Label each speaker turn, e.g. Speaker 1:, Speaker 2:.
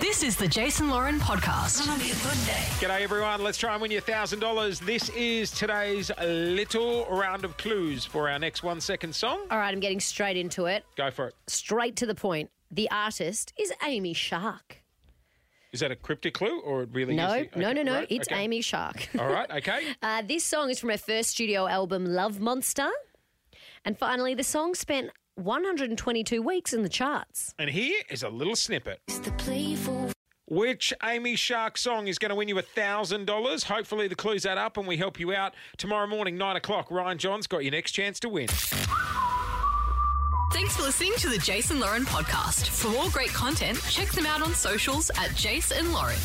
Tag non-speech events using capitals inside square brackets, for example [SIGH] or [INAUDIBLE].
Speaker 1: This is the Jason Lauren podcast.
Speaker 2: G'day, everyone. Let's try and win you $1,000. This is today's little round of clues for our next one second song.
Speaker 3: All right, I'm getting straight into it.
Speaker 2: Go for it.
Speaker 3: Straight to the point. The artist is Amy Shark.
Speaker 2: Is that a cryptic clue or it really
Speaker 3: No,
Speaker 2: is? the-
Speaker 3: no,
Speaker 2: okay,
Speaker 3: no, no.
Speaker 2: right,
Speaker 3: It's
Speaker 2: okay.
Speaker 3: Amy Shark.
Speaker 2: [LAUGHS] All
Speaker 3: [LAUGHS]
Speaker 2: right, okay.
Speaker 3: Uh, this song is from her first studio album, Love Monster. And finally, the song spent 122 weeks in the charts.
Speaker 2: And here is a little snippet. Which Amy Shark song is going to win you $1,000? Hopefully, the clues add up and we help you out. Tomorrow morning, 9 o'clock, Ryan John's got your next chance to win.
Speaker 1: Thanks for listening to the Jason Lauren podcast. For more great content, check them out on socials at Jason Lauren.